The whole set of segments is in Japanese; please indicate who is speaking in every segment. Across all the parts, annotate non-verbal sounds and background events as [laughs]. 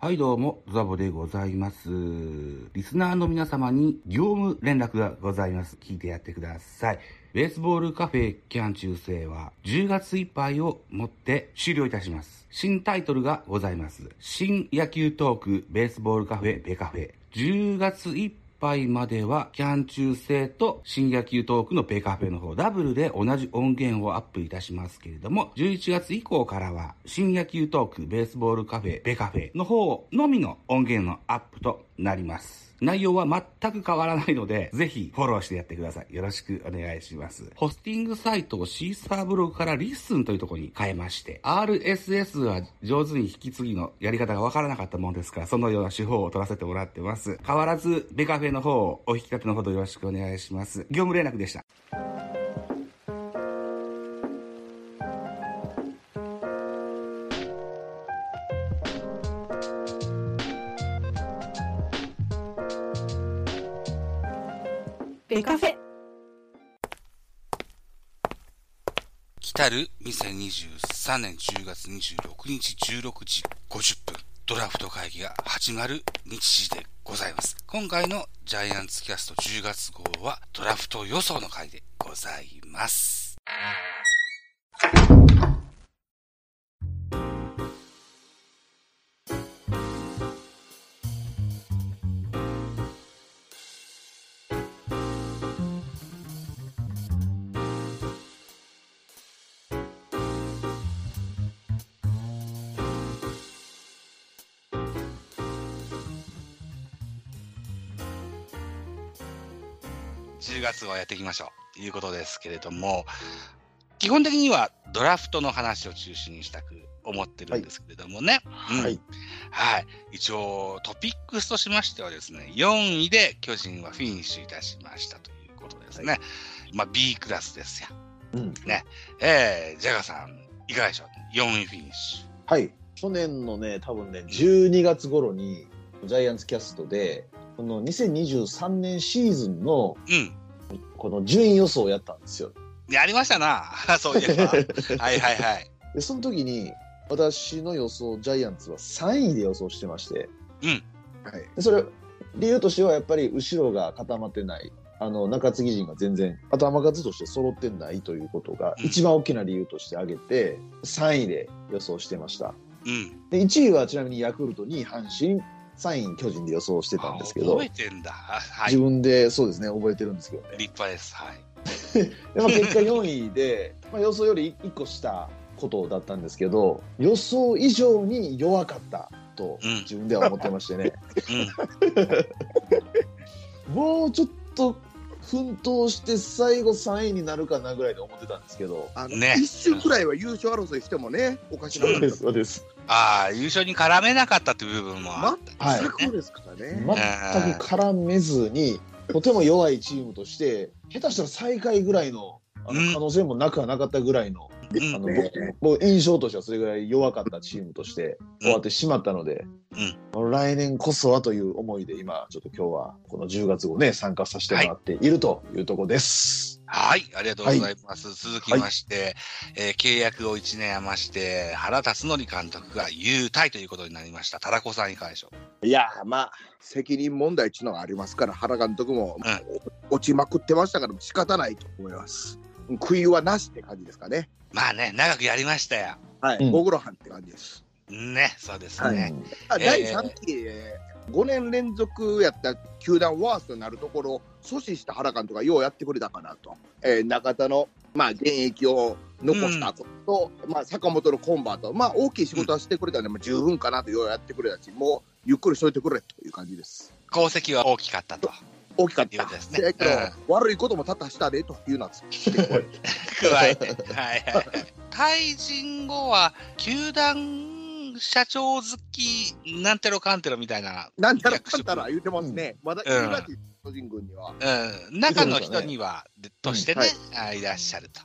Speaker 1: はいどうも、ザボでございます。リスナーの皆様に業務連絡がございます。聞いてやってください。ベースボールカフェキャン中世は10月いっぱいをもって終了いたします。新タイトルがございます。新野球トークベースボールカフェベカフェ。10月いっぱい杯までは、キャン中制と新野球トークのペイカフェの方、ダブルで同じ音源をアップいたしますけれども、11月以降からは、新野球トーク、ベースボールカフェ、ペイカフェの方のみの音源のアップとなります。内容は全く変わらないので、ぜひフォローしてやってください。よろしくお願いします。ホスティングサイトをシーサーブログからリッスンというところに変えまして、RSS は上手に引き継ぎのやり方がわからなかったもんですから、そのような手法を取らせてもらってます。変わらず、ベカフェの方をお引き立てのほどよろしくお願いします。業務連絡でした。
Speaker 2: ベカフェ
Speaker 1: 来たる2023年10月26日16時50分、ドラフト会議が始まる日時でございます。今回のジャイアンツキャスト10月号はドラフト予想の回でございます。10月はやっていきましょうということですけれども、基本的にはドラフトの話を中心にしたく思ってるんですけれどもね。うん
Speaker 3: はい
Speaker 1: はい。一応、トピックスとしましてはですね、4位で巨人はフィニッシュいたしましたということですね。まあ、B クラスですよ。
Speaker 3: うん
Speaker 1: えー、ジャガさん、いかがでしょう ?4 位フィニッシ
Speaker 3: はい去年のね多分ね12月頃にジャイアンツキャストでこの2023年シーズンの
Speaker 1: ュ。
Speaker 3: この順位予想をやったんですよ
Speaker 1: うん。やりましたな。 [laughs] そういえ
Speaker 3: [laughs]
Speaker 1: ば。はいはいはい。
Speaker 3: でその時に私の予想ジャイアンツは3位で予想してまして、
Speaker 1: うん
Speaker 3: はい、でそれ理由としてはやっぱり後ろが固まってないあの中継ぎ陣が全然頭数として揃ってないということが
Speaker 1: うん
Speaker 3: 一番大きな理由として挙げて3位で予想してました
Speaker 1: うん。
Speaker 3: で1位はちなみにヤクルト2位阪神3位巨人で予想してたんですけど、
Speaker 1: 覚えてんだ。はい。
Speaker 3: 自
Speaker 1: 立
Speaker 3: 分でそうですね覚えてるんですけどね
Speaker 1: 派です。はい。
Speaker 3: で、まあ、結果4位で、 [laughs] まあ、予想より1個したことだったんですけど予想以上に弱かったと
Speaker 1: うん
Speaker 3: 自分では思ってましてね、 [laughs]
Speaker 1: うん。
Speaker 3: もうちょっと奮闘して最後3位になるかなぐらいで思ってたんですけど
Speaker 4: あの、
Speaker 1: ね
Speaker 4: 一周くらいは優勝争いしてもね、おかしな
Speaker 1: そう
Speaker 4: 話
Speaker 3: そうです
Speaker 1: ああ、優勝に絡めなかったっていう部分もあったんですね。
Speaker 3: はい
Speaker 4: 全くですから
Speaker 3: 全
Speaker 4: ね。
Speaker 3: く絡めずにとても弱いチームとして下手したら最下位ぐらいのあ
Speaker 1: うん
Speaker 3: の可能性もなくはなかったぐらいの,、
Speaker 1: うん
Speaker 3: あの
Speaker 4: ね
Speaker 3: ぼ僕印象としてはそれぐらい弱かったチームとして終わってしまったので、来年こそはという思いで今ちょっと今日はこの10月号ね参加させてもらっているというとこです。
Speaker 1: はい、ありがとうございます。続きまして、えー契約を1年余して、原辰徳監督が優退ということになりました。タラコさんいかがでしょう
Speaker 4: いやー、まあ、責任問題っていうのがありますから、原監督も、
Speaker 1: う
Speaker 4: 落ちまくってましたから、仕方ないと思います。悔いはなしって感じですかね。
Speaker 1: まあね、長くやりましたよ。
Speaker 4: はい、
Speaker 3: うん
Speaker 4: ご苦労はんって感じです。
Speaker 1: ね、そうです
Speaker 3: う
Speaker 1: ね。
Speaker 3: ん
Speaker 4: あ
Speaker 1: えー
Speaker 4: 第3期、え5年連続やった球団ワーストになるところを阻止した原監督がようやってくれたかなと、えー中田の、まあ、現役を残したことと、まあ、坂本のコンバート、まあ、大きい仕事はしてくれたので、もう十分かなとようやってくれたし、もうゆっくりしといてくれという感じです。
Speaker 1: 功績は大きかったと。
Speaker 4: 大きかっ
Speaker 1: いう
Speaker 4: た
Speaker 1: ことですね
Speaker 4: だけど、
Speaker 1: う
Speaker 4: 悪いことも多々したでというのは、
Speaker 1: 加
Speaker 3: [laughs]
Speaker 1: えて。はいはいはい。退陣後は、球団社長好き、なんてろかんてろみたいな、
Speaker 4: なんたらかんたら言うてますね、まだいるらしい、巨人軍には。
Speaker 1: うん、中の人には、でとしてね、
Speaker 4: はい
Speaker 1: あいらっしゃると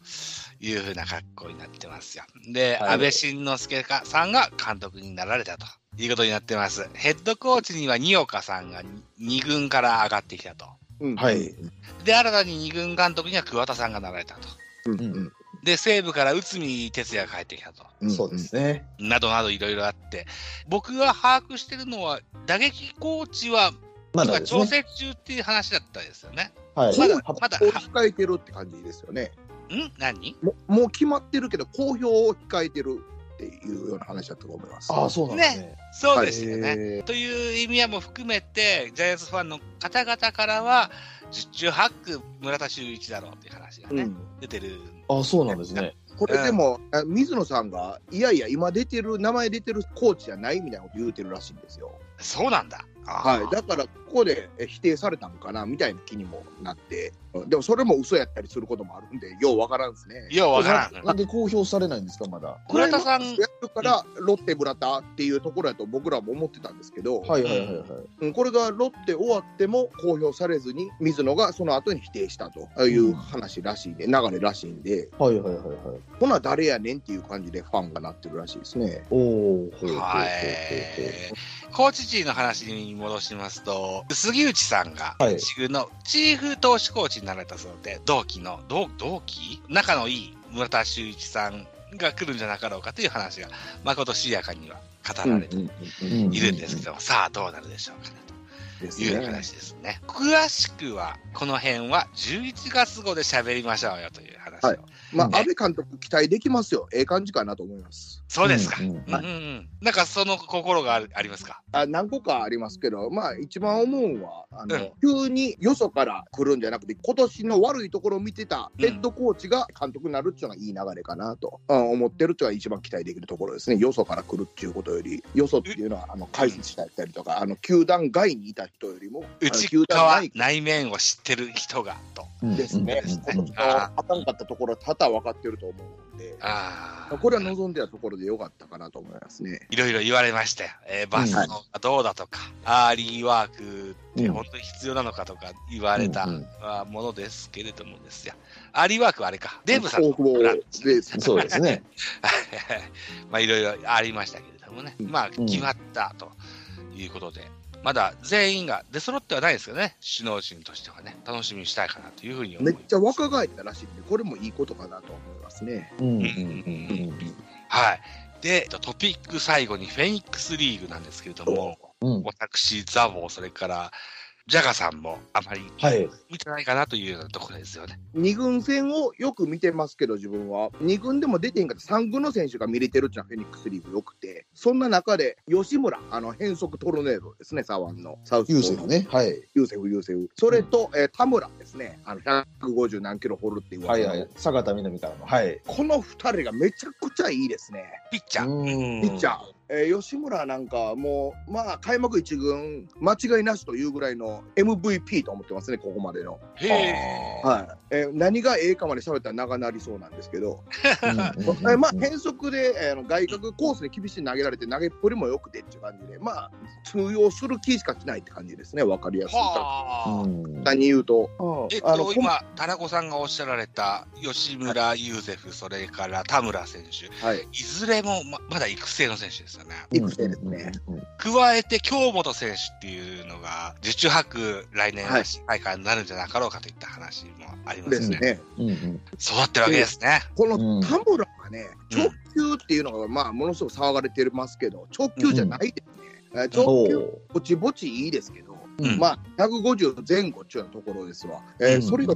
Speaker 1: いうふうな格好になってますよ。で、
Speaker 3: はい
Speaker 1: 安倍晋之助かさんが監督になられたということになってます。ヘッドコーチには二岡さんが2軍から上がってきたと。
Speaker 4: うん
Speaker 3: はい、
Speaker 1: で、新たに2軍監督には桑田さんがなられたと。
Speaker 4: うん
Speaker 3: うん
Speaker 1: で、西武から内海哲也が帰ってきたと。
Speaker 3: うんそうですね。
Speaker 1: などなどいろいろあって、僕が把握してるのは、打撃コーチは
Speaker 3: まだ
Speaker 1: 今
Speaker 3: ですね
Speaker 1: 調整中っていう話だったんですよね。
Speaker 3: はい。
Speaker 4: まだ
Speaker 1: まだ
Speaker 4: 発表を控えてるって感じですよね。
Speaker 1: ん何
Speaker 4: ももう決まってるけど、公表を控えてるっていうような話だったと思います。
Speaker 3: ああ、そうなんですね。
Speaker 1: そうでしたよね。
Speaker 3: ね。
Speaker 1: という意味合いも含めて、ジャイアンツファンの方々からは、十中八九、村田修一だろうっていう話が
Speaker 4: う
Speaker 1: ね、
Speaker 4: ん
Speaker 1: 出てる。
Speaker 3: ああ、そうなんですね。
Speaker 4: これでも、あ水野さんが、いやいや、今出てる、名前出てるコーチじゃないみたいなこと言うてるらしいんですよ。
Speaker 1: そうなんだ。あー
Speaker 4: はい、だから、ここでえ否定されたのかなみたいな気にもなって、でもそれも嘘やったりすることもあるんで、ようわからんですね。
Speaker 1: いや、わからん。
Speaker 3: なんで公表されないんですか、まだ。
Speaker 1: 村田さん
Speaker 4: クライマックスやってるから、ロッテ村田っていうところやと僕らも思ってたんですけど、
Speaker 3: はいはいはいはい。
Speaker 4: うんこれがロッテ終わっても公表されずに、水野がその後に否定したという話らしいんで、流れらしいんで、
Speaker 3: はいはいはいはい。
Speaker 4: ほな、誰やねんっていう感じでファンがなってるらしいですね。
Speaker 3: おお。
Speaker 1: はい。コーチ陣の話に戻しますと、杉内さんが
Speaker 3: はい、
Speaker 1: 一軍のチーフ投手コーチになられたそうで、同期の、同同期仲のいい村田修一さんが来るんじゃなかろうかという話が、誠しやかには語られて
Speaker 3: うん
Speaker 1: いるんですけども、さあどうなるでしょうかね
Speaker 4: です
Speaker 1: という話ですね。詳しくは、この辺は11月号で喋りましょうよという話を。
Speaker 4: はいまあ、
Speaker 1: うん
Speaker 4: 安倍監督、期待できますよ、ええ感じかなと思います。
Speaker 1: そうですか。
Speaker 3: う
Speaker 1: うんん
Speaker 3: うん
Speaker 1: うんうんなんかその心があるありますか
Speaker 4: あ何個かありますけど、まあ、一番思うんはあの、
Speaker 1: うん
Speaker 4: 急によそから来るんじゃなくて、今年の悪いところを見てたヘッドコーチが監督になるっていうのはいい流れかなと、うん思ってるっていうのは一番期待できるところですね、よそから来るっていうことより、よそっていうのはあの解説したりとか、あの球団外にいた人よりも、あの
Speaker 1: 内
Speaker 4: 球団
Speaker 1: 側
Speaker 4: 内
Speaker 1: 内面を知ってる人がと。
Speaker 3: うん
Speaker 4: ですね、
Speaker 3: う
Speaker 4: 今
Speaker 3: んうん
Speaker 4: 年のあかんかったところ、多々分かってると思うんで、
Speaker 1: ああ。
Speaker 4: これは望んでたところでよかったかなと思いますね。
Speaker 1: いろいろ言われましたよ。えーバスのがどうだとか、アーリーワークって本当に必要なのかとか言われた
Speaker 3: うんうん
Speaker 1: あーものですけれどもですよ。アーリーワークはあれか。デーブさんの
Speaker 4: 大久保
Speaker 1: ブランチ
Speaker 4: です
Speaker 3: そうですね。
Speaker 1: [laughs] まあいろいろありましたけれどもね。まあ
Speaker 3: うん
Speaker 1: 決まったということで。まだ全員が出揃ってはないですけどね、首脳陣としてはね、楽しみにしたいかなというふうに思
Speaker 4: め
Speaker 1: い
Speaker 4: っちゃ若返ったらしいんで、これもいいことかなと思いますね。
Speaker 3: うんうん
Speaker 1: はい。で、えっとトピック最後にフェニックスリーグなんですけれども、
Speaker 3: うんうん。
Speaker 1: 私、ザボー、それから、ジャガさんもあまり
Speaker 3: はい。
Speaker 1: 見てないかなというようなところですよね。
Speaker 4: 2軍戦をよく見てますけど、自分は。2軍でも出てへんかった3軍の選手が見れてるっていうのはフェニックスリーグよくて、そんな中で、吉村、あの、変則トルネードですね、左腕の。サウスポ
Speaker 3: ユー
Speaker 4: ー
Speaker 3: セ
Speaker 4: の
Speaker 3: フ。ね。はい。
Speaker 4: ユーセフ、ユーセフ。それと、えー田村ですね、あの、150何キロ掘るっていう
Speaker 3: はい
Speaker 4: 技の
Speaker 3: はい。坂田みなみからの。はい。
Speaker 4: この2人がめちゃくちゃいいですね。
Speaker 1: ピッチャー。
Speaker 3: うん
Speaker 4: ピッチャー、えー吉村なんかもう、まあ、開幕1軍、間違いなしというぐらいの MVP と思ってますね、ここまでの。
Speaker 1: へえ。
Speaker 4: はいえー何がええかまで喋ったら長なりそうなんですけど、
Speaker 3: うんうんうん
Speaker 4: えーまあ、変則で、えーあの外角コースに厳しい投げられて、投げっぷりもよくてっていう感じで、まあ、通用する気しかしないって感じですね、分かりやすい。
Speaker 1: はあ。
Speaker 3: うん
Speaker 4: 簡単に言うと、
Speaker 1: えっ
Speaker 4: あの
Speaker 1: と、今、田中さんがおっしゃられた吉村優ゼフ、それから田村選手、
Speaker 4: はい、
Speaker 1: いずれもままだ育成の選手ですよね。
Speaker 4: 育成ですね。
Speaker 3: うんうんうん
Speaker 1: 加えて、京本選手っていうのが、受注博、来年は大会になるんじゃなかろうかといった話もありま
Speaker 4: ですす
Speaker 1: ね。
Speaker 4: ね。
Speaker 3: うんうん
Speaker 1: 育ってるわけですね。
Speaker 4: こ
Speaker 3: うん
Speaker 4: の田村がね、
Speaker 1: うん
Speaker 4: 直球っていうのが、まあ、ものすごく騒がれてますけど、直球じゃないですね。えー直球
Speaker 3: お
Speaker 4: ぼちぼちいいですけど、
Speaker 1: うん
Speaker 4: まあ、150前後っていうようなところですわ。えー
Speaker 3: うん
Speaker 4: それが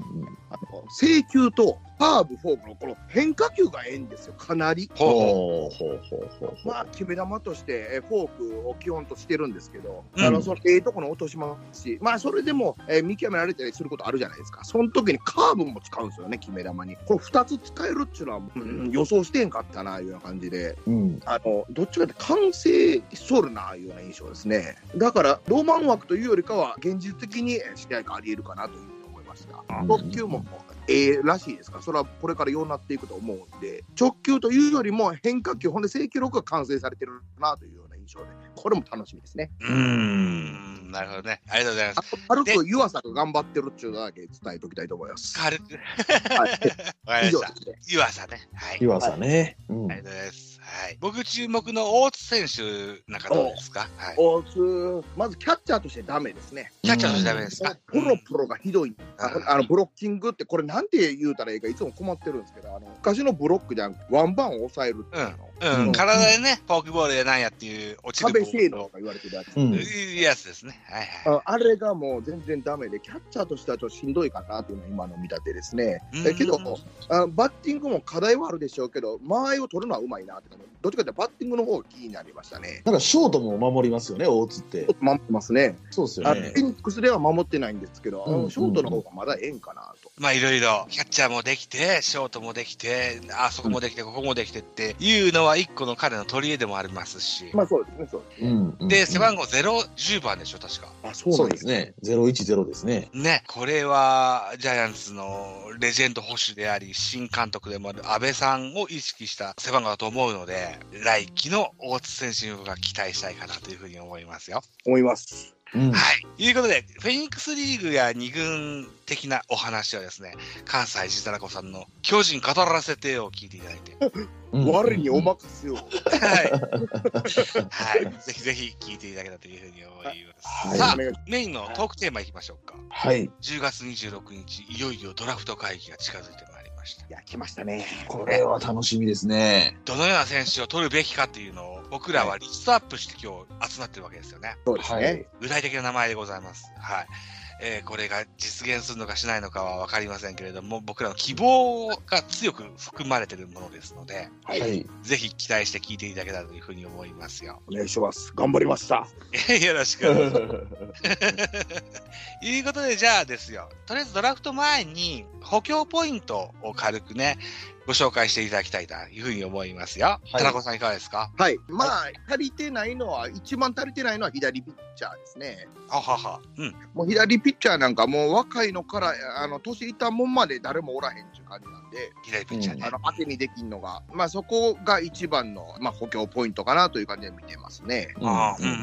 Speaker 4: あの制球とカーブ、フォークのこの変化球がええんですよ、かなり。
Speaker 1: ほうほう
Speaker 3: ほうほうほうほうほう
Speaker 4: まあ、決め球として、えーフォークを基本としてるんですけど、
Speaker 1: うん
Speaker 4: あのそのええとこの落としますし、まあ、それでも、えー見極められたりすることあるじゃないですか、その時にカーブも使うんですよね、決め球に。これ2つ使えるっていうのは、うん予想してへんかったな、いうような感じで、
Speaker 3: うん
Speaker 4: あのどっちかって完成しそうなような印象ですねだからロマン枠というよりかは現実的に試合がありえるかなというふうに思いました
Speaker 3: うん
Speaker 4: 直球もええらしいですからそれはこれからようなっていくと思うんで直球というよりも変化球ほんで制球力が完成されてるなというような印象でこれも楽しみですね
Speaker 1: うーん。なるほどね。ありがとうございます
Speaker 4: あ。と軽く湯浅が頑張ってるっていうのだけ伝えておきたいと思います、
Speaker 1: 軽く。
Speaker 4: はい、
Speaker 1: わかりま
Speaker 4: 以上
Speaker 1: した。
Speaker 4: ですね
Speaker 1: 湯浅ね。はい。
Speaker 3: 湯浅ね。うん
Speaker 1: ありがとうございます。ははい。僕注目の大津選手なんかどうですかはい。
Speaker 4: 大津、まずキャッチャーとしてダメですね。
Speaker 1: キャッチャーとしてダメですか
Speaker 4: プロプロがひどい。
Speaker 1: うん
Speaker 4: あの、ブロッキングって、これなんて言うたらいいか、いつも困ってるんですけど、あの、昔のブロックじゃん、ワンバンを抑えるっていう
Speaker 1: う
Speaker 4: の。
Speaker 1: ん、体でね、フォークボールでなんやっていう、落ちるボー
Speaker 4: 壁性
Speaker 1: ル
Speaker 4: 能
Speaker 1: を
Speaker 4: とか言われてるやつ。
Speaker 3: うん
Speaker 1: いうやつですね。はいは
Speaker 4: ああれがもう全然ダメで、キャッチャーとしてはちょっとしんどいかなっていうのが今の見立てですね。
Speaker 1: うん
Speaker 4: だけどあ、バッティングも課題はあるでしょうけど、間合いを取るのはうまいなって感じ、どっちかというとバッティングの方が気になりましたね。
Speaker 3: なんかショートも守りますよね、大津って
Speaker 4: ちょ。っと守ってますね。
Speaker 3: そうですよ
Speaker 4: あ
Speaker 3: ね
Speaker 4: フ。ェニックスでは守ってないんですけど、あ
Speaker 3: う
Speaker 4: の
Speaker 3: ん
Speaker 4: ショートの方がまだええんかなと。
Speaker 1: い。まあいろいろ、キャッチャーもできて、ショートもできて、あそこもできて、ここもできてっていうのは一個の彼の取り柄でもありますし。
Speaker 4: まあそうですね、そうですね。
Speaker 3: うんうん
Speaker 1: で、背番号0、10番でしょ、確か。
Speaker 4: あ、そ
Speaker 3: そうですね。ゼロ一ゼロですね。
Speaker 1: ね、これはジャイアンツのレジェンド捕手であり、新監督でもある安倍さんを意識した背番号だと思うので、来季の大津選手に僕は期待したいかなというふうに思いますよ。
Speaker 4: 思います。
Speaker 3: うん
Speaker 1: はい。ということで、フェニックスリーグや二軍的なお話はですね、関西ジタラコさんの巨人語らせてよを聞いていただいて、
Speaker 3: うん
Speaker 4: 我にお任せよ。
Speaker 1: はい。はい。ぜひぜひ聞いていただけたらというふうに思います。
Speaker 3: はい
Speaker 1: さあ
Speaker 4: お、願いし
Speaker 1: メインのトークテーマいきましょうか。
Speaker 3: はい。
Speaker 1: 10月26日、いよいよドラフト会議が近づいてまいりました。
Speaker 4: いや、来ましたね。
Speaker 3: これは楽しみですね。
Speaker 1: どのような選手を取るべきかっていうのを、僕らはリストアップして今日集まってるわけですよね。
Speaker 4: そうですね。
Speaker 1: 具体的な名前でございます。はい。えーこれが実現するのかしないのかは分かりませんけれども、僕らの希望が強く含まれているものですので、
Speaker 3: はい。 [laughs]
Speaker 1: ぜひ期待して聞いていただけたらというふうに思いますよ。
Speaker 4: お願いします。頑張りました。
Speaker 1: よろしく。 [laughs] いうことで、じゃあですよ、とりあえずドラフト前に補強ポイントを軽くね、ご紹介していただきたいというふうに思いますよ。田中さんいかがですか
Speaker 4: はい。まあ、足りてないのは、一番足りてないのは左ピッチャーですね。
Speaker 1: ははは。うん。
Speaker 4: もう左ピッチャーなんかもう若いのから、あの、年いったもんまで誰もおらへんっていう感じなんで、
Speaker 1: 左ピッチャーね。
Speaker 4: あの、当てにできんのが、まあそこが一番の、まあ補強ポイントかなという感じで見てますね。
Speaker 1: ああ、う
Speaker 3: うんん
Speaker 1: う
Speaker 3: うん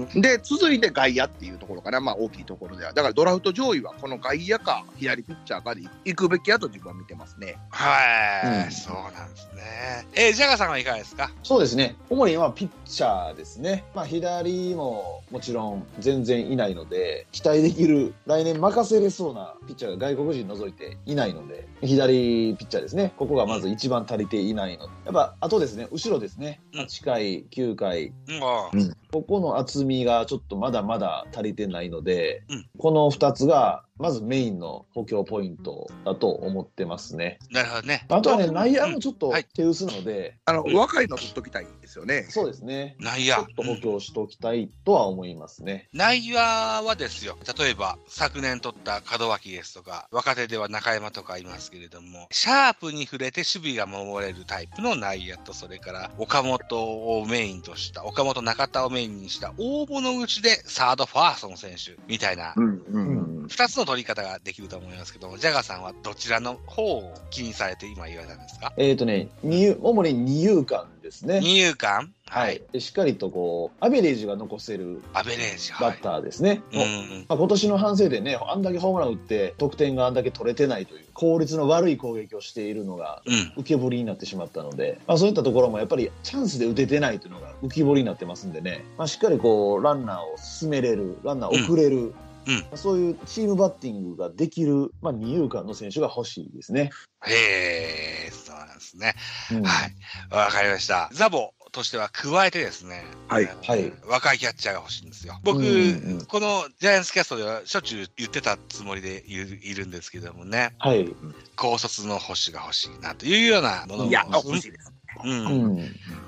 Speaker 1: んうん。
Speaker 4: で、続いて外野っていうところかな、まあ大きいところでは。だからドラフト上位はこの外野か左ピッチャーかで行くべきやと自分は見てますね。
Speaker 1: はい、
Speaker 3: うん
Speaker 1: そうなんですね。えー、ジャガーさんはいかがですか
Speaker 3: そうですね。主にはピッチャーですね。まあ左ももちろん全然いないので、期待できる来年任せれそうなピッチャーが外国人除いていないので、左ピッチャーですね。ここがまず一番足りていないので。やっぱあとですね、後ろですね。
Speaker 1: うん
Speaker 3: 8回、9回、
Speaker 1: もう
Speaker 3: ここの厚みがちょっとまだまだ足りてないので、
Speaker 1: うん
Speaker 3: この2つがまずメインの補強ポイントだと思ってますね。
Speaker 1: ん、なるほどね。
Speaker 3: あとはね、内野もちょっ
Speaker 1: うん
Speaker 3: と
Speaker 1: はい
Speaker 3: 手薄なので、
Speaker 4: あの、
Speaker 1: うん
Speaker 4: 若いの取っときたいんですよね。
Speaker 3: そうですね。
Speaker 1: 内
Speaker 3: ち
Speaker 1: 野
Speaker 3: ょっ。と補強しておきたいとは思いますね。
Speaker 1: 内野はですよ、例えば昨年取った門脇ですとか、若手では中山とかいますけれども、シャープに触れて守備が守れるタイプの内野と、それから岡本をメインとした、岡本中田をメインにした大物口でサードファーストの選手みたいな、
Speaker 4: うんうん
Speaker 1: 2つの取り方ができると思いますけども、ジャガーさんはどちらの方を気にされて今言われたんですか
Speaker 3: えっ、とね、二遊主に二遊間ですね。
Speaker 1: 二遊間
Speaker 3: はい。。でしっかりとこう、アベレージが残せる
Speaker 1: アベレージ。は
Speaker 3: バ
Speaker 1: い
Speaker 3: ッ。ターですね。
Speaker 1: うんうん。
Speaker 3: まあ、今年の反省でね、あんだけホームラン打って、得点があんだけ取れてないという、効率の悪い攻撃をしているのが、
Speaker 1: うん。
Speaker 3: 浮き彫りになってしまったので、まあ、そういったところもやっぱりチャンスで打ててないというのが浮き彫りになってますんでね、まあ、しっかりこうランナーを進めれるランナーを送れる、
Speaker 1: うん
Speaker 3: まあそういうチームバッティングができる、まあ、二遊間の選手が欲しいですね。
Speaker 1: へえ、そうなんですね。
Speaker 3: うん
Speaker 1: はい。わかりました。ザボとしては加えてですね。
Speaker 4: はい
Speaker 3: はい
Speaker 1: 若いキャッチャーが欲しいんですよ。僕、
Speaker 3: うんうん
Speaker 1: このジャイアンツキャストではしょっちゅう言ってたつもりでいるいるんですけどもね、
Speaker 3: はい
Speaker 1: 高卒の保守が欲しいなというようなものも
Speaker 4: いや、欲しいです。
Speaker 1: うん
Speaker 3: うん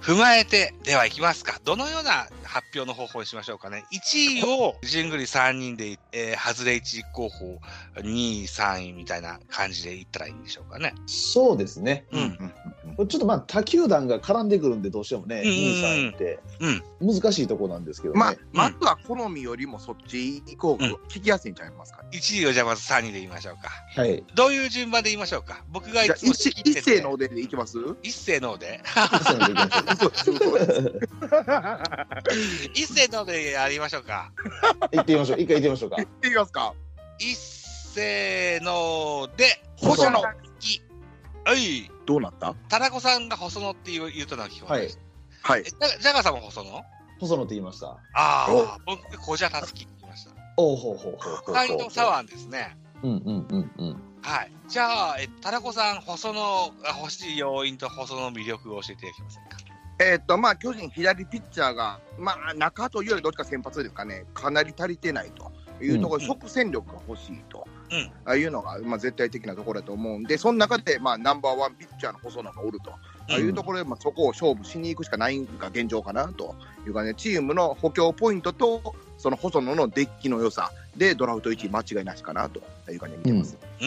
Speaker 1: 踏まえて、ではいきますか。どのような発表の方法にしましょうかね。1位を、じんぐり3人で、えー、外れ1位候補、2位、3位みたいな感じでいったらいいんでしょうかね。
Speaker 3: そうですね、
Speaker 1: うん
Speaker 3: ちょっとまあ他球団が絡んでくるんでどうしてもね、
Speaker 1: うん
Speaker 3: 二位三位って
Speaker 1: うん
Speaker 3: 難しいところなんですけどね、
Speaker 4: まあ、まずは好みよりもそっち行こう
Speaker 1: うん
Speaker 4: 聞きやすいんちゃいますかね。
Speaker 1: 1位をじゃあまず3人で言いましょうか。
Speaker 3: はい
Speaker 1: どういう順番で言いましょうか。僕がい
Speaker 4: じゃあ、
Speaker 1: つも
Speaker 4: 一
Speaker 1: 仕切っ
Speaker 4: 一
Speaker 1: て
Speaker 4: 世
Speaker 1: て
Speaker 4: の。おででいきます
Speaker 1: 一世ので。 [laughs]
Speaker 3: そうなんでいきましょう
Speaker 4: そうそうそう
Speaker 1: 一世のでやりましょうか。
Speaker 3: 行ってみましょう一回行ってみましょうか
Speaker 4: いきますか。
Speaker 1: 一世ので、
Speaker 3: 細
Speaker 1: 細
Speaker 3: 野
Speaker 1: 野月。はい。
Speaker 4: どうなった
Speaker 1: タラコさんが細野って言う言うとのは聞こえない。
Speaker 4: はい
Speaker 1: え。ジャジャガーさんも細野
Speaker 3: 細野って言いました。
Speaker 1: ああ、僕、小じゃたすきって言いました。
Speaker 3: おうほうほうほうほうほう。
Speaker 1: カインドサワーですね。
Speaker 3: うんうんうんうん。
Speaker 1: はい。じゃあ、えタラコさん、細野が欲しい要因と細野の魅力を教えていただけませんか。
Speaker 4: えーっと、まあ、巨人左ピッチャーが、まあ、中というよりどっちか先発ですかね、かなり足りてないというところで、
Speaker 1: うん
Speaker 4: 即戦力が欲しいと。
Speaker 1: うん
Speaker 4: ああいうのが、まあ、絶対的なところだと思うんで、その中で、まあ、ナンバーワンピッチャーの細野がおると、ああいうところで、まあ、そこを勝負しに行くしかないのが現状かなというかね、チームの補強ポイントと、その細野のデッキの良さで、ドラフト1位間違いなしかなという感じで見てます。
Speaker 1: う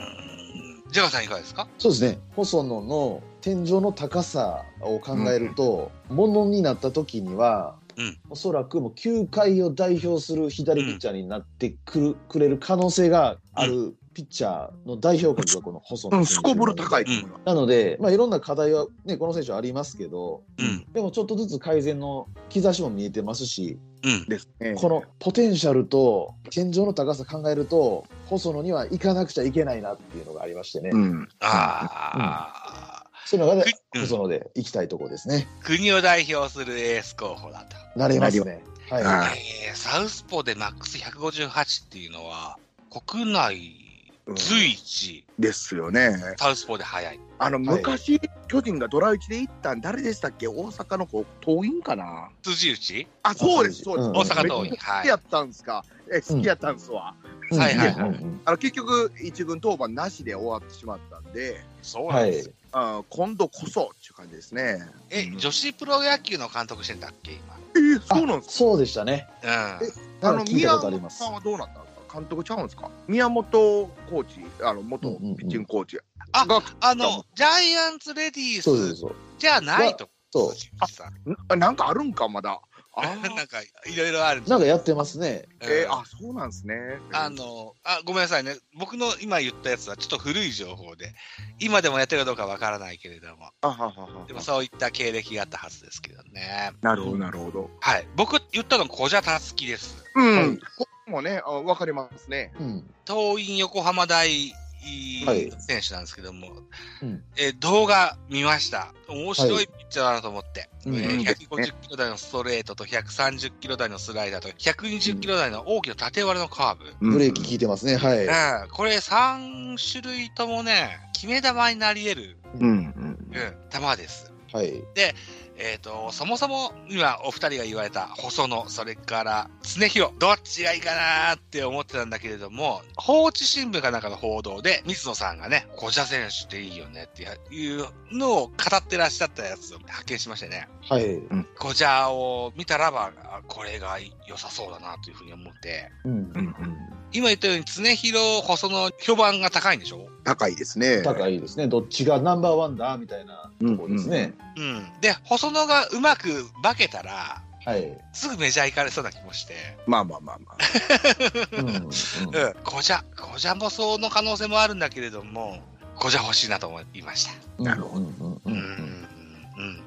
Speaker 1: ーん。ジャガーさん、いかがですか
Speaker 3: そうですね。細野の天井の高さを考えると、も、の、になった時には、
Speaker 1: うん
Speaker 3: おそらくもう球界を代表する左ピッチャーになってくる、くれる可能性があるピッチャーの代表格がこの細野、
Speaker 4: うん、すこぶる高いと思います。
Speaker 3: なので、まあ、いろんな課題は、ね、この選手はありますけど、
Speaker 1: うん。
Speaker 3: でもちょっとずつ改善の兆しも見えてますし、
Speaker 1: うん。
Speaker 4: ですね。
Speaker 3: このポテンシャルと天井の高さ考えると、細野には行かなくちゃいけないなっていうのがありましてね、
Speaker 4: うん、
Speaker 1: ああ、
Speaker 3: そういうのが、ね、
Speaker 1: うん
Speaker 3: 細野で行きたいとこですね。
Speaker 1: 国を代表するエース候補だと。
Speaker 3: なれますね。はい。
Speaker 4: は
Speaker 1: えーサウスポーでマックス158っていうのは、国内随一、
Speaker 4: ですよね。
Speaker 1: サウスポーで速い。
Speaker 4: あの昔、巨人がドラ1で行ったん誰でしたっけ大阪の子党員かな
Speaker 1: 辻内
Speaker 4: あそうですそうです、
Speaker 3: うん
Speaker 1: 大阪桐
Speaker 4: めっ
Speaker 1: 蔭。
Speaker 4: ちゃ好
Speaker 1: は
Speaker 4: き
Speaker 1: い。
Speaker 4: やったんすか、え好きやったんすわ、
Speaker 3: うん
Speaker 1: はいはい
Speaker 4: はい
Speaker 3: うん
Speaker 4: あの結局一軍登板なしで終わってしまったんで
Speaker 1: そうな
Speaker 3: は
Speaker 1: ん
Speaker 3: い
Speaker 1: ですよ。
Speaker 4: あ今度こそっていう感じですね
Speaker 1: え、女子プロ野球の監督してたっけ、今。
Speaker 4: えー、
Speaker 3: あ
Speaker 4: そうなんです
Speaker 3: そうでしたね。
Speaker 1: うん。
Speaker 4: か
Speaker 3: なんか聞いたことあります
Speaker 4: さ。んはどうなったんですか監督ちゃうんですか宮本コーチあの元ピッチングコーチ、
Speaker 1: あ
Speaker 4: が
Speaker 1: あの、ジャイアンツレディ
Speaker 3: そうで
Speaker 1: ー
Speaker 3: す
Speaker 1: ス
Speaker 3: そう。
Speaker 1: じゃないと。
Speaker 3: そう
Speaker 1: 辻内さん
Speaker 4: んなんかあるんかまだあー
Speaker 1: [laughs] なんか、いろいろある。
Speaker 3: なんかやってますね。
Speaker 4: え
Speaker 1: うん
Speaker 4: ー、あそうなんですね
Speaker 1: あのあごめんなさいね、僕の今言ったやつはちょっと古い情報で、今でもやってるかどうかわからないけれども、
Speaker 4: あははは
Speaker 1: でもそういった経歴があったはずですけどね。
Speaker 4: なるほどなるほど
Speaker 1: はい、僕言ったの、小じゃたすきです。
Speaker 4: うん、
Speaker 3: はい
Speaker 4: ここもね、あわかりますね。
Speaker 3: うん。
Speaker 1: 桐蔭横浜大
Speaker 3: はい
Speaker 1: 選手なんですけども、
Speaker 3: うん
Speaker 1: えー動画見ました、面白いピッチャーだなと思って、
Speaker 3: うん
Speaker 1: えー
Speaker 4: うん
Speaker 1: 150キロ台のストレートと130キロ台のスライダーと120キロ台の大きな縦割れのカーブ。
Speaker 3: ブレーキ効いてますね。はい。
Speaker 1: うん、これ3種類ともね、決め球になり得る、
Speaker 4: うんうん
Speaker 1: う。ん、球です。
Speaker 3: はい。
Speaker 1: えっ、と、そもそも今お二人が言われた細野、それから常広、どっちがいいかなーって思ってたんだけれども、放置新聞かなんかの報道で、水野さんがね、小茶選手っていいよねっていうのを語ってらっしゃったやつを発見しましてね、
Speaker 3: はい。
Speaker 1: 小茶を見たらば、あこれが良さそうだなというふうに思って、
Speaker 3: うん
Speaker 4: う。んうん
Speaker 1: 今言ったように常広、細野、評判が高いんでしょ
Speaker 4: 高いですね。
Speaker 3: 高いですね。どっちがナンバーワンだみたいなところですね。
Speaker 1: うん、で細野がうまく化けたら
Speaker 3: はい。
Speaker 1: すぐメジャー行かれそうな気もして、
Speaker 4: まあまあまあまあ。
Speaker 3: うんうん
Speaker 1: うん、小じゃ小じゃもそうの可能性もあるんだけれども小じゃ欲しいなと思いました
Speaker 4: なるほ
Speaker 3: ど。うんう
Speaker 1: うんうんうん
Speaker 3: んうん
Speaker 1: うん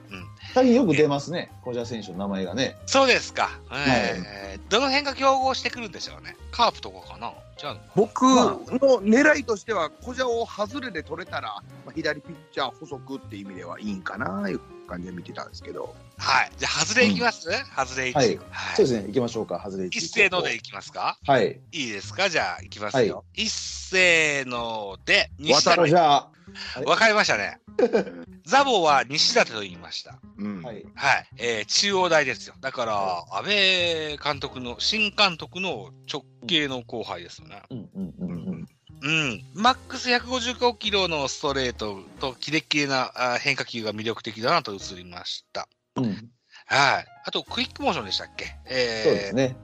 Speaker 3: 最近よく出ますね。小ジ選手の名前がね。
Speaker 1: そうですか、えーどの辺が競合してくるんでしょうねカープとかかなじゃあ
Speaker 4: 僕の狙いとしては、小ジャを外れで取れたら、まあ、左ピッチャー補足っていう意味ではいいんかないう感じで見てたんですけど。
Speaker 1: はいじゃあ外れいきます、外れ1、
Speaker 3: はい
Speaker 1: は
Speaker 3: そうですね。行きましょうか。外れ一
Speaker 1: 一斉のでいきますか
Speaker 3: はい。
Speaker 1: いいですかじゃあいきますよ、
Speaker 3: は
Speaker 1: 一斉ので西
Speaker 3: 渡
Speaker 1: 舘
Speaker 3: るじゃあ。
Speaker 1: わかりましたね。ザボは西舘と言いました。
Speaker 4: うん
Speaker 3: はい。
Speaker 1: はい。えー中央大ですよ。だから
Speaker 3: は、
Speaker 1: 安倍監督の、新監督の直系の後輩ですよね。
Speaker 3: うんうんうんうん。
Speaker 1: うん。マックス155キロのストレートとキレッキレなあー変化球が魅力的だなと映りました。
Speaker 3: うん
Speaker 1: はい。あと、クイックモーションでしたっけえー
Speaker 3: そうですね。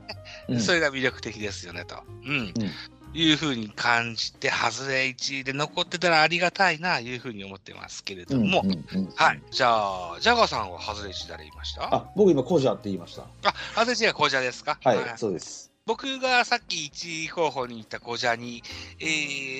Speaker 3: うん
Speaker 1: それが魅力的ですよねと。うん。
Speaker 3: うん
Speaker 1: いうふうに感じて、外れ1位で残ってたらありがたいな、いうふうに思ってますけれども、
Speaker 3: うんうんうん
Speaker 1: はい。じゃあ、ジャガーさんは外れ1誰言いましたあ、
Speaker 3: あ、僕今コジャって言いました。
Speaker 1: 外れ1がこちらですか
Speaker 3: はい、そうです。
Speaker 1: 僕がさっき1位候補に言った小ジャに、え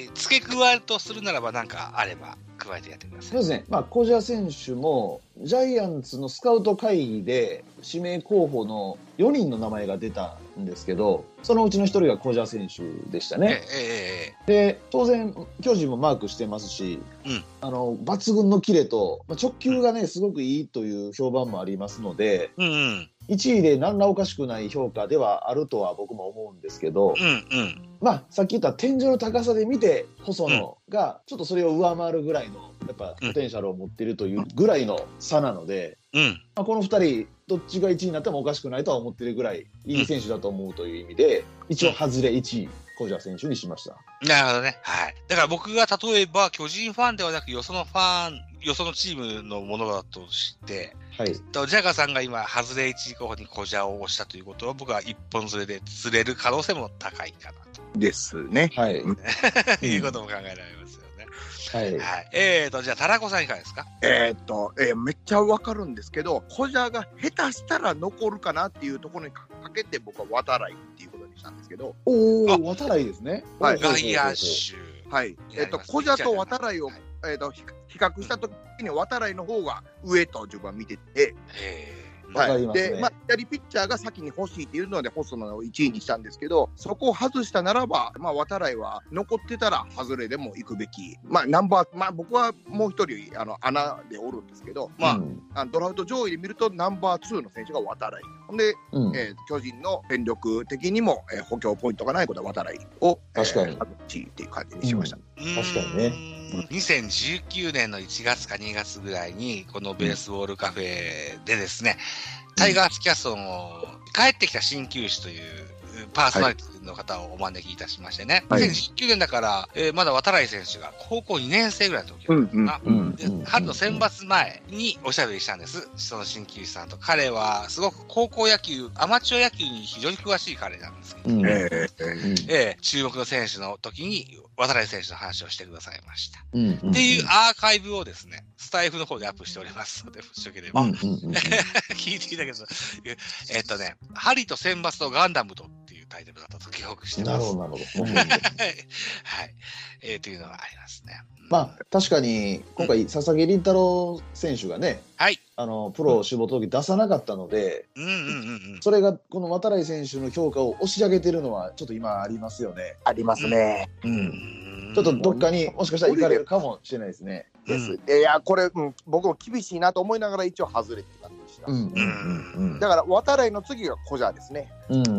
Speaker 1: ー、付け加えるとするならば、なんかあれば加えてやってください。
Speaker 3: そうですね、まあ、小島選手もジャイアンツのスカウト会議で指名候補の4人の名前が出たんですけどそのうちの1人が小島選手でしたね。
Speaker 1: えええ
Speaker 3: で当然巨人もマークしてますし、
Speaker 1: うん
Speaker 3: あの抜群のキレと、まあ、直球がねすごくいいという評判もありますので
Speaker 1: えええうん
Speaker 3: 1位で何らおかしくない評価ではあるとは僕も思うんですけど、
Speaker 1: うん、うん、うん。
Speaker 3: まあ、さっき言った天井の高さで見て細野がちょっとそれを上回るぐらいのやっぱポテンシャルを持っているというぐらいの差なので、
Speaker 1: うん、
Speaker 3: まあ、この2人どっちが1位になってもおかしくないとは思ってるぐらいいい選手だと思うという意味で一応外れ1位小島選手にしました。
Speaker 1: なるほどね。はい。だから僕が例えば巨人ファンではなく、よそのファン、よそのチームのものだとして、
Speaker 3: はい
Speaker 1: えっとジャガーさんが今、ハズレ1位候補に小ジャを押したということは、僕は一本連れで釣れる可能性も高いかな
Speaker 4: ですね。
Speaker 3: はい、
Speaker 1: と [laughs] いうことも考えられますよね。
Speaker 3: はい
Speaker 1: はい。えーと、じゃあ、タラコさんいかがですか
Speaker 4: えーっと、えーめっちゃわかるんですけど、ホジャーが下手したら残るかなっていうところにかけて、僕は渡来っていうことにしたんですけど、
Speaker 3: お
Speaker 1: あ
Speaker 3: お、渡来ですね。
Speaker 4: はい
Speaker 3: ほうほうほうほう
Speaker 1: 外野手。
Speaker 4: はい。えーっと、小ジャーと渡来を、えーっと、比較比較したときに渡来の方が上と自分は見てて、
Speaker 1: え
Speaker 3: わかりますね
Speaker 4: で、まあ、左ピッチャーが先に欲しいっていうので、細野を1位にしたんですけど、そこを外したならば、まあ、渡来は残ってたら、外れでも行くべき、まあ、ナンバー、まあ、僕はもう一人、あの穴でおるんですけど、まあ、
Speaker 3: うん
Speaker 4: あのドラフト上位で見ると、ナンバー2の選手が渡来。ほんで、
Speaker 3: うん
Speaker 4: えー巨人の戦力的にも、えー補強ポイントがないことは渡来を、えー
Speaker 3: 確かに
Speaker 4: 外しっていう感じにしました。
Speaker 1: 確
Speaker 3: 確かにね
Speaker 1: 2019年の1月か2月ぐらいに、このベースボールカフェでですね、タイガースキャストの帰ってきた鍼灸師というパーソナリティの方をお招きいたしましてね、
Speaker 4: はい
Speaker 1: 2019年だから、えーまだ渡来選手が高校2年生ぐらいの時だった
Speaker 4: う
Speaker 1: の
Speaker 4: ん
Speaker 1: かな。
Speaker 3: うん
Speaker 1: で春の選抜前におしゃべりしたんです、その鍼灸師さんと。彼はすごく高校野球、アマチュア野球に非常に詳しい彼なんですけど、
Speaker 3: うん
Speaker 4: えーえー
Speaker 1: ええ注目の選手の時に渡辺選手の話をしてくださいました。
Speaker 3: うんん
Speaker 1: っていうアーカイブをですね、スタイフの方でアップしておりますので、もしよければ
Speaker 3: う。んうんうん
Speaker 1: 聞いていただけますと [laughs] えっとね、ハリと選抜とガンダムとっていうタイトルだったと記憶して
Speaker 3: な
Speaker 1: ま
Speaker 3: る
Speaker 1: す。
Speaker 3: ほど
Speaker 1: は
Speaker 3: なるほど。
Speaker 1: い。はい。えーというのがありますね。うん
Speaker 3: まあ確かに今回佐々木麟太郎選手がね、
Speaker 1: はい。
Speaker 3: あのプロを志望時出さなかったので、
Speaker 1: うんうんうん
Speaker 3: それがこの渡来選手の評価を押し上げてるのはちょっと今ありますよね。
Speaker 4: ありますね。
Speaker 3: う。
Speaker 1: うんうん。
Speaker 3: ちょっとどっかにもしかしたら行かれるかもしれないですね。
Speaker 1: う
Speaker 4: です。
Speaker 1: ん
Speaker 4: いや、これ、うん僕も厳しいなと思いながら、一応外れてたんでした。
Speaker 3: ん
Speaker 4: だから、渡来の次が小ジャーですね。
Speaker 3: うんうん。
Speaker 4: う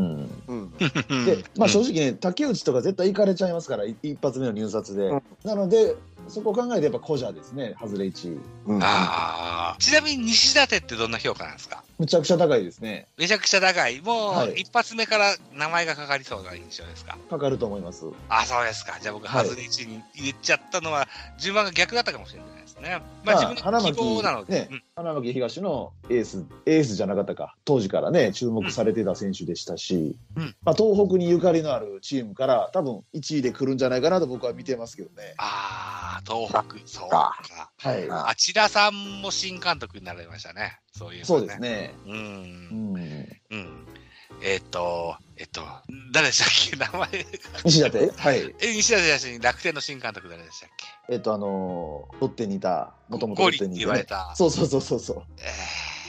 Speaker 4: ん。
Speaker 1: うん
Speaker 3: で、まあ、正直ね、竹内とか絶対行かれちゃいますから、い一発目の入札で。
Speaker 4: うん
Speaker 3: なので、そこを考えてやっぱ古者ですね、外れ1位。
Speaker 4: うん
Speaker 1: ああ。ちなみに西舘ってどんな評価なんですか
Speaker 3: むちゃくちゃ高いですね、
Speaker 1: めちゃくちゃ高い。も
Speaker 3: は
Speaker 1: う、
Speaker 3: い
Speaker 1: 一発目から名前がかかりそうな印象ですか。
Speaker 3: かかると思います。
Speaker 1: あ、そうですか。じゃあ僕、
Speaker 3: は
Speaker 1: ハ
Speaker 3: い
Speaker 1: ズレ1に入れちゃったのは、順番が逆だったかもしれないですね。
Speaker 3: ま
Speaker 1: ま
Speaker 3: あ
Speaker 1: あ、自分の希望なので。
Speaker 3: ね花巻東のエース、エースじゃなかったか、当時からね、注目されてた選手でしたし、
Speaker 1: うん
Speaker 3: まあ、東北にゆかりのあるチームから、多分1位で来るんじゃないかなと僕は見てますけどね。
Speaker 1: ああ、東北、そうか
Speaker 4: か。
Speaker 3: はい。
Speaker 4: あ
Speaker 1: あちらさんも新監督になられましたね。そういう、
Speaker 3: そうです。ね。
Speaker 1: う。
Speaker 3: うんん。
Speaker 1: うん。えっと、えっと、誰でしたっけ名前。
Speaker 3: 西舘はい。
Speaker 1: え、西田選手に楽天の新監督誰でしたっけ
Speaker 3: えっと、あのーロッテにいた、もともとロ
Speaker 1: ゴリっ
Speaker 3: ッ
Speaker 1: て
Speaker 3: テにい
Speaker 1: 言
Speaker 3: て、
Speaker 1: われ
Speaker 3: ね。
Speaker 1: た。
Speaker 3: そうそうそうそうそう。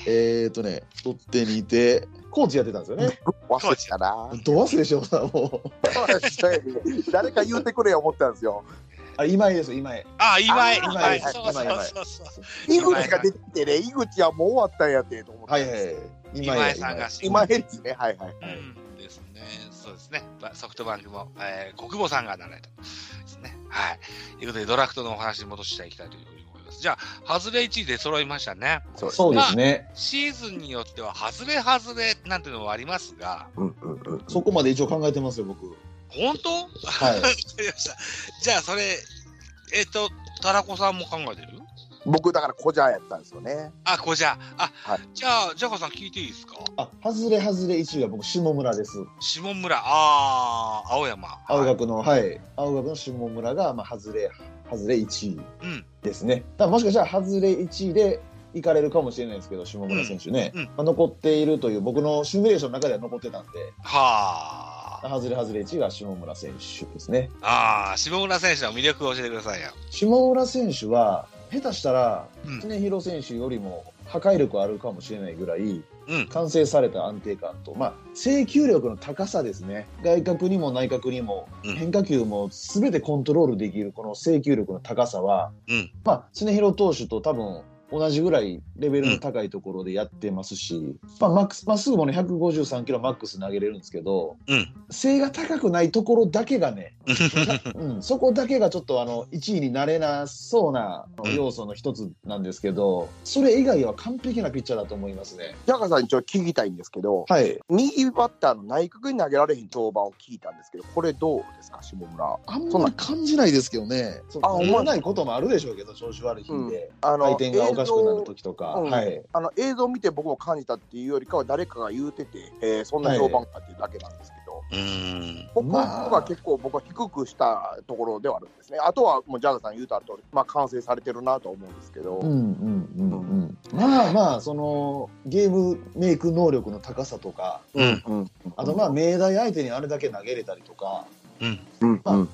Speaker 1: えー
Speaker 3: えー、とね、ロッテにいて、コーチやってたんですよね。
Speaker 4: 忘れてたな。
Speaker 3: ど忘れしような、もう。
Speaker 4: 誰か言うてくれよ思ったんですよ。
Speaker 3: あ、今井です、今井。
Speaker 1: あ、今井、
Speaker 4: あー
Speaker 1: 今井、
Speaker 4: はい
Speaker 1: そうそ
Speaker 3: 今井今
Speaker 1: う
Speaker 3: 井
Speaker 1: そうそう。
Speaker 4: 井口が出てきてね、井口はもう終わったんやってと思って。
Speaker 3: はいはい。今井
Speaker 1: 今井さんが新
Speaker 4: 今ヘですね、はいはい。
Speaker 1: うんですね。そうですね。ばソフトバンクも、えー、国母さんがなられた。ですね。はい。ということで、ドラフトのお話に戻していきたいというふうに思います。じゃあ、ハズレ1位で揃いましたね。
Speaker 3: そうですね。
Speaker 1: シーズンによっては、ハズレハズレなんていうのもありますが、
Speaker 4: うんうんうん。
Speaker 3: そこまで一応考えてますよ、僕。
Speaker 1: 本当
Speaker 3: はい
Speaker 1: わかりました。じゃあ、それ、えっ、と、タラコさんも考えてる
Speaker 4: 僕だから小ジャーやったんですよね。
Speaker 1: あ、こうじゃあ、あ、
Speaker 4: はい
Speaker 1: じゃあ、ジャコさん聞いていいですか
Speaker 3: あ、外れ外れ1位は僕、下村です。
Speaker 1: 下村、あー、青山。
Speaker 3: 青学の、はい。青学の下村が、まあ、外れ、外れ1位
Speaker 1: うん。
Speaker 3: ですね。だからもしかしたら、外れ1位で、行かれるかもしれないですけど、下村選手ね、
Speaker 1: うんうん
Speaker 3: まあ、残っているという、僕のシミュレーションの中では残ってたんで、
Speaker 1: は
Speaker 3: 外れ外れ1位が下村選手ですね。
Speaker 1: ああ、下村選手の魅力を教えてくださいよ。
Speaker 3: 下村選手は、下手したら
Speaker 1: うん、
Speaker 3: 常広選手よりも破壊力あるかもしれないぐらい、
Speaker 1: うん。
Speaker 3: 完成された安定感と、まあ、制球力の高さですね。外角にも内角にも、
Speaker 1: うん
Speaker 3: 変化球も全てコントロールできるこの制球力の高さは、
Speaker 1: うん
Speaker 3: まあ、常広投手と多分、同じぐらいレベルの高いところでやってますし、まあ、マックスまっすぐもね153キロマックス投げれるんですけど、
Speaker 1: うん。
Speaker 3: 背が高くないところだけが
Speaker 1: [laughs]
Speaker 3: ね、うん、そこだけがちょっとあの1位になれなそうな
Speaker 1: うん
Speaker 3: 要素の一つなんですけど、それ以外は完璧なピッチャーだと思いますね。
Speaker 4: ジャガさんにちょっと聞きたいんですけど、
Speaker 3: はい、
Speaker 4: 右バッターの内角に投げられへん登板を聞いたんですけど、これどうですか、下村。
Speaker 3: あんまり感じないですけどね、そう
Speaker 4: あ
Speaker 3: 思わないこともあるでしょうけど、調子悪い日で、
Speaker 4: あ
Speaker 3: 回転がおかしくなる時とか、
Speaker 4: 映像うん
Speaker 3: はい、
Speaker 4: あの映像を見て僕も感じたっていうよりかは誰かが言うてて、えーそんな評判かっていうだけなんですけど、
Speaker 1: うん。
Speaker 4: ここ
Speaker 3: まあ
Speaker 4: が結構僕は低くしたところではあるんですね。あとはもうジャガさん言うた通り、まあ完成されてるなとは思うんですけど、
Speaker 3: うんうんうんうん、まあまあ、そのゲームメイク能力の高さとか、
Speaker 1: うん。
Speaker 4: うん、
Speaker 3: あとまあ、命題相手にあれだけ投げれたりとか、
Speaker 1: うん。
Speaker 4: うん
Speaker 3: まあ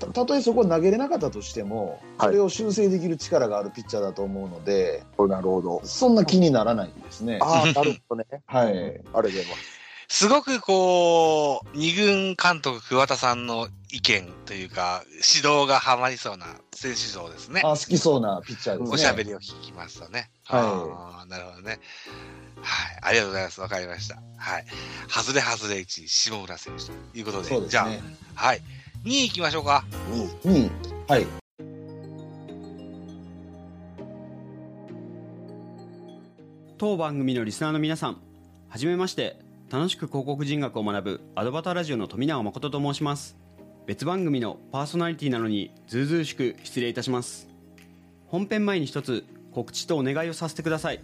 Speaker 3: たたとえそこ投げれなかったとしても、
Speaker 4: は
Speaker 3: そ
Speaker 4: い
Speaker 3: れを修正できる力があるピッチャーだと思うので、
Speaker 4: なるほど。
Speaker 3: そんな気にならないですね。
Speaker 4: ああ、なるほどね。
Speaker 3: はい、
Speaker 4: あれでも。
Speaker 1: すごくこう、二軍監督桑田さんの意見というか、指導がハマりそうな選手像ですね
Speaker 3: あ。好きそうなピッチャーですね。
Speaker 1: おしゃべりを聞きますとね。
Speaker 3: はい
Speaker 1: あーなるほどね。はい。ありがとうございます。わかりました。はい。外れ外れ1、下村選手ということで。
Speaker 3: そうで
Speaker 1: じ
Speaker 3: す
Speaker 1: ゃ
Speaker 3: ね。
Speaker 1: あ、はい。2位行きましょうか。
Speaker 3: にはい。
Speaker 5: 当番組のリスナーの皆さんはじめまして楽しく広告人学を学ぶアドバタラジオの富永誠と申します別番組のパーソナリティなのにずうずうしく失礼いたします本編前に一つ告知とお願いをさせてください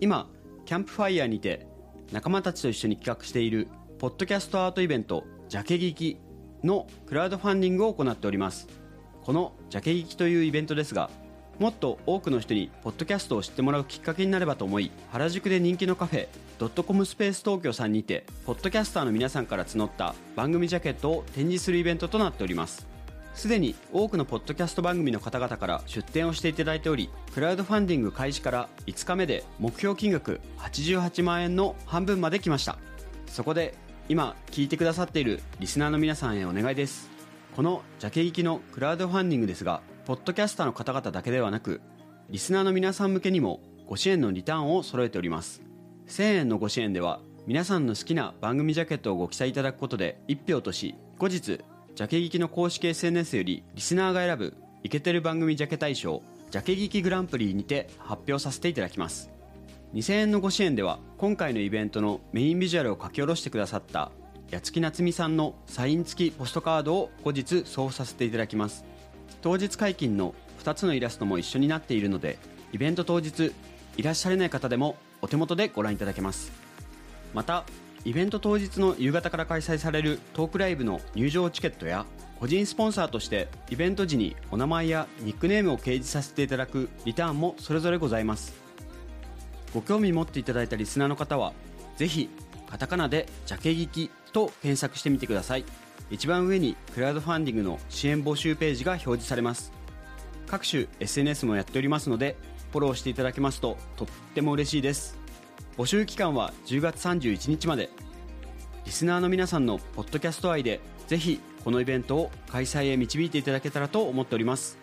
Speaker 5: 今キャンプファイヤーにて仲間たちと一緒に企画しているポッドキャストアートイベント「ジャケ聞き」のクラウドファンディングを行っておりますこの「ジャケ聞き」というイベントですがもっと多くの人にポッドキャストを知ってもらうきっかけになればと思い原宿で人気のカフェドットコムスペース東京さんにてポッドキャスターの皆さんから募った番組ジャケットを展示するイベントとなっておりますすでに多くのポッドキャスト番組の方々から出展をしていただいておりクラウドファンディング開始から5日目で目標金額88万円の半分まで来ましたそこで今聞いてくださっているリスナーの皆さんへお願いですこのジャケ行きのクラウドファンディングですがポッドキャスターの方々だけではなくリスナーの皆さん向けにもご支援のリターンを揃えております1000円のご支援では皆さんの好きな番組ジャケットをご記載いただくことで1票とし後日ジャケ聞きの公式 SNS よりリスナーが選ぶイケてる番組ジャケ大賞ジャケ聞きグランプリにて発表させていただきます2000円のご支援では今回のイベントのメインビジュアルを書き下ろしてくださった八月夏美さんのサイン付きポストカードを後日送付させていただきます当日解禁の2つのイラストも一緒になっているのでイベント当日いらっしゃれない方でもお手元でご覧いただけますまたイベント当日の夕方から開催されるトークライブの入場チケットや個人スポンサーとしてイベント時にお名前やニックネームを掲示させていただくリターンもそれぞれございますご興味持っていただいたリスナーの方はぜひカタカナで「ジャケ聞き」と検索してみてください一番上にクラウドファンディングの支援募集ページが表示されます各種 SNS もやっておりますのでフォローしていただけますととっても嬉しいです募集期間は10月31日までリスナーの皆さんのポッドキャスト愛でぜひこのイベントを開催へ導いていただけたらと思っております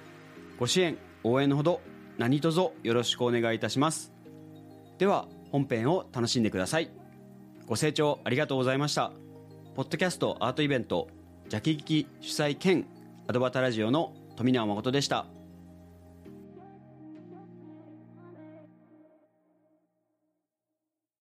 Speaker 5: ご支援応援のほど何卒よろしくお願いいたしますでは本編を楽しんでくださいご清聴ありがとうございましたポッドキャストアートイベントジャキギキ主催兼アドバタラジオの富永誠でした